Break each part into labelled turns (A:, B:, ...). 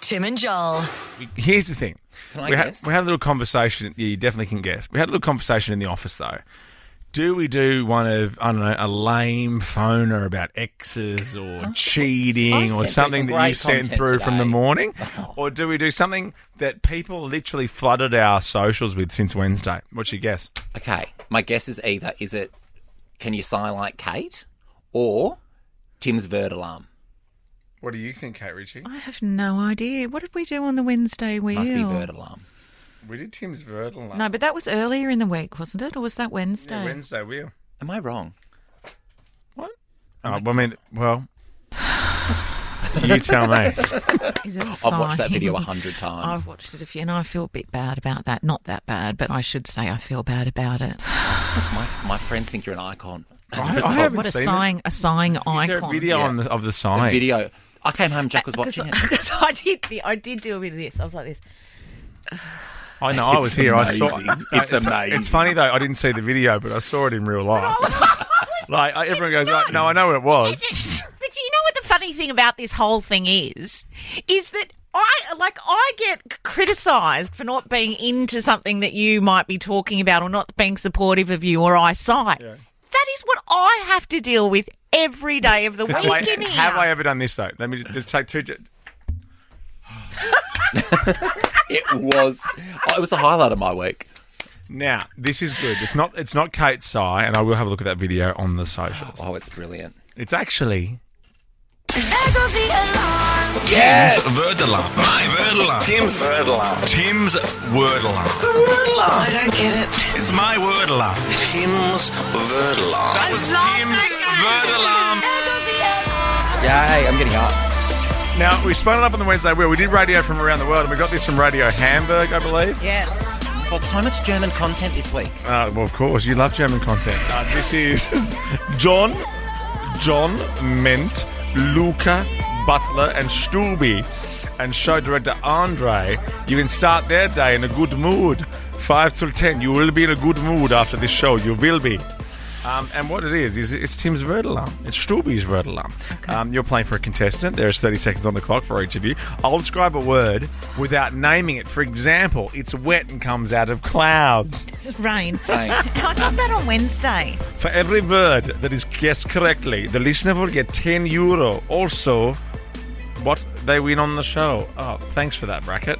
A: Tim and Joel.
B: Here's the thing.
C: Can I
B: we,
C: guess?
B: Had, we had a little conversation. Yeah, you definitely can guess. We had a little conversation in the office, though. Do we do one of, I don't know, a lame phoner about exes or
C: I
B: cheating
C: sent
B: or
C: through
B: something
C: some
B: that
C: great
B: you sent
C: content
B: through from the
C: today. Oh.
B: morning? Or do we do something that people literally flooded our socials with since Wednesday? What's your guess?
C: Okay, my guess is either is it can you sigh like Kate or Tim's verd alarm.
B: What do you think, Kate Ritchie?
D: I have no idea. What did we do on the Wednesday wheel?
C: Must be verd alarm.
B: We did Tim's Verdal
D: No, but that was earlier in the week, wasn't it? Or was that Wednesday?
B: Wednesday wheel.
C: Am I wrong?
B: What? Oh, well, I mean, well, you tell me.
D: Is it
C: I've watched that video a
D: fine?
C: hundred times.
D: I've watched it a few, and I feel a bit bad about that. Not that bad, but I should say I feel bad about it.
C: My, my friends think you're an icon.
B: I, I haven't
D: what a
B: seen it.
D: sighing, a sighing
B: Is
D: icon.
B: there a video
C: Yeah.
B: on the, of the
C: The
B: sign?
C: video. I came home, Jack was
D: Because
C: watching it.
D: because I did, the, I did do a bit of this. I was like this.
B: I know. I was
C: It's
B: here. I saw.
C: amazing.
B: No,
C: It's amazing.
B: It's funny though. I didn't see the video, but I saw it in real life. like I- everyone goes,
D: not-
B: like, "No, I know what it was."
D: Is it- but do you know what the funny thing about this whole thing is? Is that I like I get criticised for not being into something that you might be talking about, or not being supportive of you, or I cite. That is what I have to deal with every day of the week.
B: Have I,
D: in here.
B: have I ever done this though? Let me just, just take two. ju-
C: It was. Oh, it was the highlight of my week.
B: Now this is good. It's not. It's not Kate Sy, and I will have a look at that video on the socials.
C: Oh, it's brilliant.
B: It's actually
A: There goes the alarm.
E: Tim's word alarm. My word alarm. Tim's word alarm. Tim's word alarm. The word alarm.
A: I don't get it.
E: It's my word alarm. Tim's word alarm. That was Tim's word alarm.
A: There goes the alarm.
C: Yay, I'm getting up.
B: now we spun it up on the Wednesday wheel. We did radio from around the world, and we got this from Radio Hamburg, I believe.
D: Yes.
C: Got so much German content this week.
B: Uh, well, of course, you love German content. Uh, this is John, John Mint, Luca Butler, and Stubi, and show director Andre. You can start their day in a good mood. Five till ten, you will be in a good mood after this show. You will be. Um, and what it is, is it's Tim's word alarm. It's Strawberry's word alarm. Um, you're playing for a contestant. There is 30 seconds on the clock for each of you. I'll describe a word without naming it. For example, it's wet and comes out of clouds.
D: Rain.
C: Rain.
D: I got that on Wednesday.
B: For every word that is guessed correctly, the listener will get 10 euro. Also, what they win on the show. Oh, thanks for that bracket.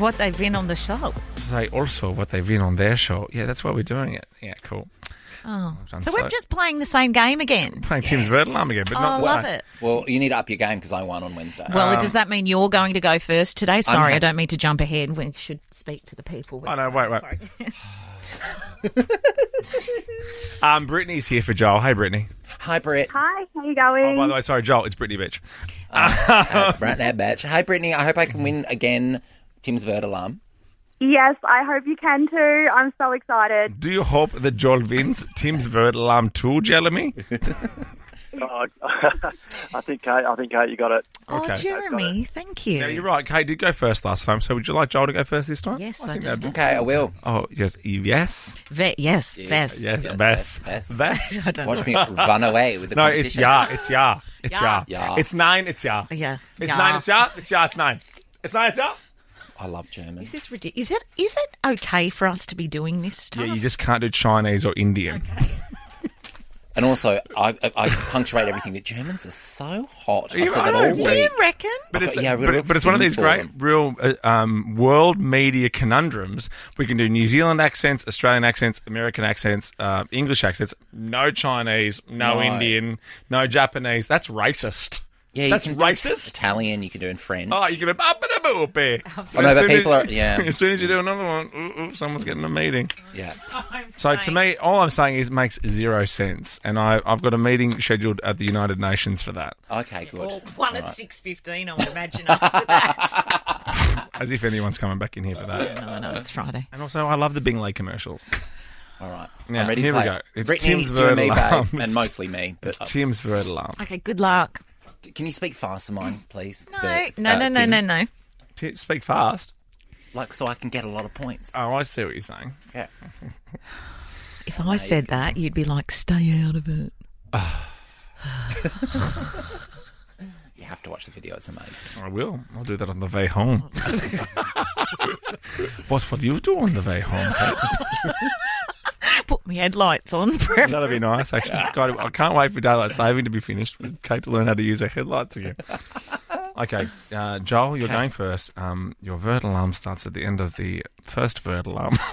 D: What they've been on the show.
B: They also what they win on their show. Yeah, that's why we're doing it. Yeah, cool.
D: Oh.
B: done
D: So,
B: so.
D: we're just playing the same game again.
B: Playing Tim's word alarm again, but
D: Oh,
B: not Um,
D: I
B: the
D: love
B: same.
D: it.
C: Well, you need to up your game because I won on Wednesday.
D: Well, does that mean you're going to go first today? Sorry,
C: ha-
D: I don't mean to jump ahead. We should speak to the people.
B: Oh no, wait, wait. um, Brittany's here for Joel. Hey, Brittany.
C: Hi, Brett.
F: Hi, how you
B: Oh,
F: going?
B: by the way, sorry, Joel. It's Brittany, bitch.
C: Uh, Brett that batch. Hi, Brittany. I hope I can win again. Tim's Verd alarm.
F: yes, I hope you can too. I'm so excited.
B: Do you hope that Joel wins Tim's word alarm too, Jeremy?
G: Oh, I think Kate, I think Kate, you got it.
D: Oh,
B: Okay.
D: Jeremy, thank you.
B: Yeah, you're right. Kate did go first last time, so would you like Joel to go first this time?
D: Yes, I
B: think
D: do.
B: that'd be-
C: Okay, I will.
B: Oh, yes. Yes.
D: Ve- yes,
B: Yes,
D: Vess.
C: Yes,
B: Bess.
C: Bess, Bess.
B: Bess.
D: I don't
C: Watch
D: know.
C: me run away with the
B: No, it's
C: competition.
B: yeah. It's yeah. It's yeah.
D: Yeah.
C: Yeah.
B: It's nine. It's yeah.
D: Yeah.
B: It's
D: Yeah.
B: nine. It's yeah. It's yeah. It's nine. It's nine. It's yeah.
C: I love German.
D: Is this ridiculous? Is it is it okay for us to be doing this stuff?
B: Yeah, you just can't do Chinese or Indian.
C: And also, I, I, I punctuate everything. The Germans are so hot.
B: Yeah,
C: I've said
B: I
C: that
B: know.
C: all
D: Do
B: Wait.
D: you
C: week.
D: reckon?
B: But it's,
C: yeah,
B: but,
C: real
B: but it's one of these
C: things for
B: great
C: them.
B: real uh, um, world media conundrums. We can do New Zealand accents, Australian accents, American accents, uh, English accents. No Chinese, no,
C: No.
B: Indian, no Japanese. That's racist.
C: Yeah, you
B: that's
C: can do
B: racist.
C: Italian, you can do in French.
B: Oh, you can have up and a bit.
C: Oh, no, but people are. Yeah.
B: As soon as you do another one, ooh, ooh, someone's getting a meeting.
C: yeah.
B: So to me, all I'm saying is it makes zero sense, and I, I've got a meeting scheduled at the United Nations for that.
C: Okay, good.
D: Well, one
C: All
D: at
C: right.
D: six fifteen, I would imagine. After that,
B: As if anyone's coming back in here for that.
D: no, no, Oh, it's Friday.
B: And also, I love the Bingley commercials.
C: All right.
B: Now,
C: I'm ready
B: here
C: to
B: we
C: play.
B: go. It's
C: Brittany,
B: Tim's
C: it's you and me,
B: Verd alarm.
C: babe, and mostly me. But uh,
B: Tim's word alarm.
D: Okay, good luck.
C: can you speak fast for mine, please?
D: No,
C: The-
D: no,
C: uh,
D: no, no,
C: Tim?
D: no, no.
B: T- speak fast.
C: Like, so I can get a lot of points.
B: Oh, I see what you're saying.
C: Yeah.
D: If I said that, you'd be like, "Stay out of it."
C: You have to watch the video. It's amazing.
B: I will. I'll do that on the way home. what will you do on the way home? Kate?
D: Put my headlights on forever.
B: That'll be nice, actually. God, I can't wait for daylight saving to be finished with Kate to learn how to use her headlights again. Okay, uh, Joel, you're going first. Um, your vert alarm starts at the end of the first vert alarm.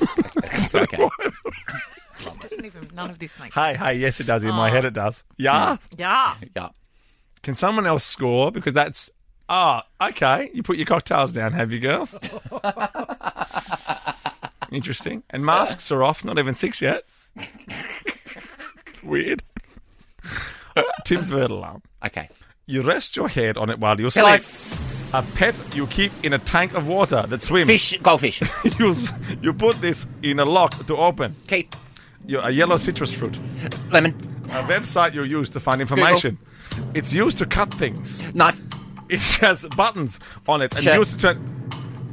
C: Okay.
D: Doesn't even, none of this makes
B: hey, hey, yes, it does. In my head, it does. Yeah.
D: Yeah.
C: yeah.
B: Can someone else score? Because that's. Ah, okay. You put your cocktails down, have you, girls? Interesting. And masks are off, not even six yet. Weird. Tim's vert alarm.
C: Okay.
B: You rest your head on it while you
C: Hello.
B: sleep. A pet you keep in a tank of water that swims.
C: Fish, goldfish.
B: You, you put this in a lock to open.
C: Keep.
B: You, a yellow citrus fruit.
C: Lemon.
B: A website you use to find information. It's used to cut things.
C: Knife.
B: It has buttons on it and
C: Sure.
B: used to turn.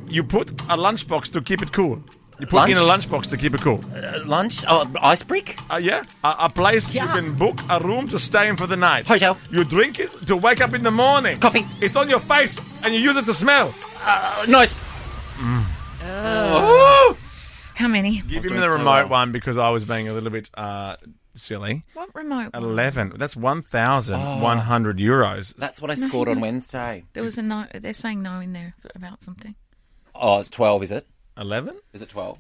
B: You put a lunchbox to keep it cool. You put in a lunchbox to keep it cool.
C: Uh, lunch. Oh, ice brick.
B: Uh, yeah, a, a place
D: Yeah.
B: you can book a room to stay in for the night.
C: Hotel.
B: You drink it to wake up in the morning.
C: Coffee.
B: It's on your face and you use it to smell.
C: Uh, nose. Oh.
D: How many?
B: Give
C: was
B: him
C: doing
B: the
C: so
B: remote
C: well.
B: one because I was being a little bit uh, silly.
D: What remote?
B: Eleven. That's one thousand one hundred euros.
C: That's what I scored on Wednesday.
D: There was a no. They're saying no in there about something.
C: Oh, 12, is it?
B: Eleven.
C: Is it 12?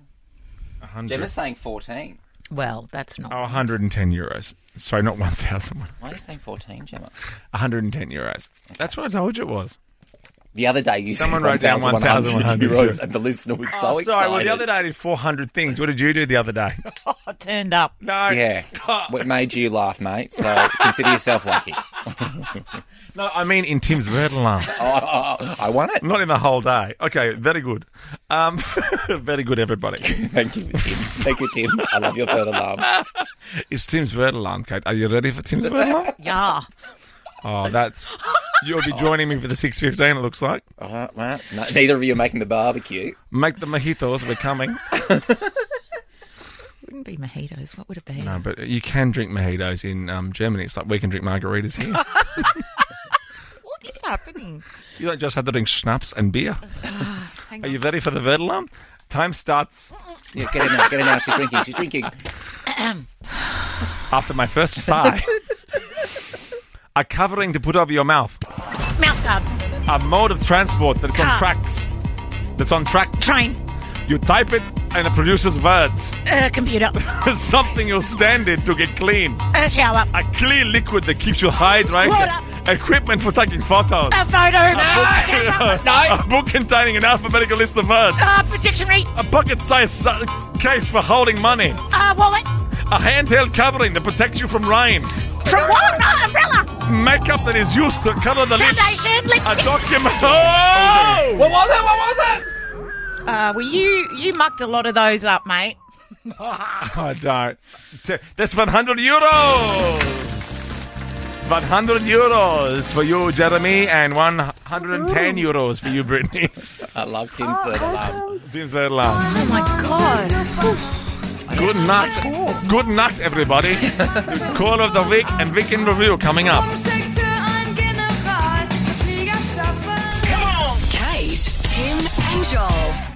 B: A hundred.
C: Gemma's saying 14.
D: Well, that's not.
B: Oh, 110 euros. Sorry, not 1,000.
C: Why are you saying 14, Gemma?
B: 110 euros. That's what I told you it was.
C: The other day you
B: Someone
C: said
B: wrote down
C: 1,100
B: 1,100
C: euros and the listener was so
B: Oh, sorry.
C: excited.
B: Well, the other day I did 400 things. What did you do the other day?
D: I turned up.
B: No.
C: Yeah. What made you laugh, mate? So consider yourself lucky.
B: No, I mean in Tim's word alarm.
C: I won it.
B: Not in the whole day. Okay, very good. Um, very good, everybody.
C: Thank you, Tim. Thank you, Tim. I love your third alarm.
B: It's Tim's word alarm, Kate. Are you ready for Tim's word alarm?
D: Yeah.
B: Oh, that's. You'll be joining me for the 6.15, it looks like.
C: Uh, well, no, neither of you are making the barbecue.
B: Make the mojitos, we're coming.
D: Wouldn't be mojitos. What would it be?
B: No, but you can drink mojitos in um, Germany. It's like we can drink margaritas here.
D: What is happening?
B: you don't just have to drink schnapps and beer.
D: Hang
B: Are
D: on.
B: you ready for the word alarm? Time starts
C: Yeah, get in now. Get in now. She's drinking. She's drinking.
B: after my first sigh. A covering to put over your mouth.
D: Mouth guard.
B: A mode of transport that's on
D: Car.
B: tracks. That's on track.
D: Train.
B: You type it and it produces words.
D: Uh, computer.
B: Something you'll stand in to get clean.
D: A shower.
B: A clear liquid that keeps you hydrated.
D: Water.
B: Equipment for taking photos.
D: A photo. No.
B: A book containing an alphabetical list of words.
D: Uh, dictionary.
B: A pocket-sized su- case for holding money.
D: Uh, wallet.
B: A handheld covering that protects you from rain.
D: From what? No, umbrella.
B: Makeup that is used to cover the lips.
D: Foundation.
B: A
D: Lipstick.
B: document. Oh!
C: What was it? What was it?
D: Uh, well, you you mucked a lot of those up, mate.
B: I don't. T- That's 100 euros. 100 euros for you, Jeremy, and 110 euros for you, Brittany.
C: I love Tim's third alarm.
B: Seems very loud.
D: Oh my god.
B: Good night. Good night, everybody. Call of the week and weekend review coming up.
A: Kate, Tim, and Joel.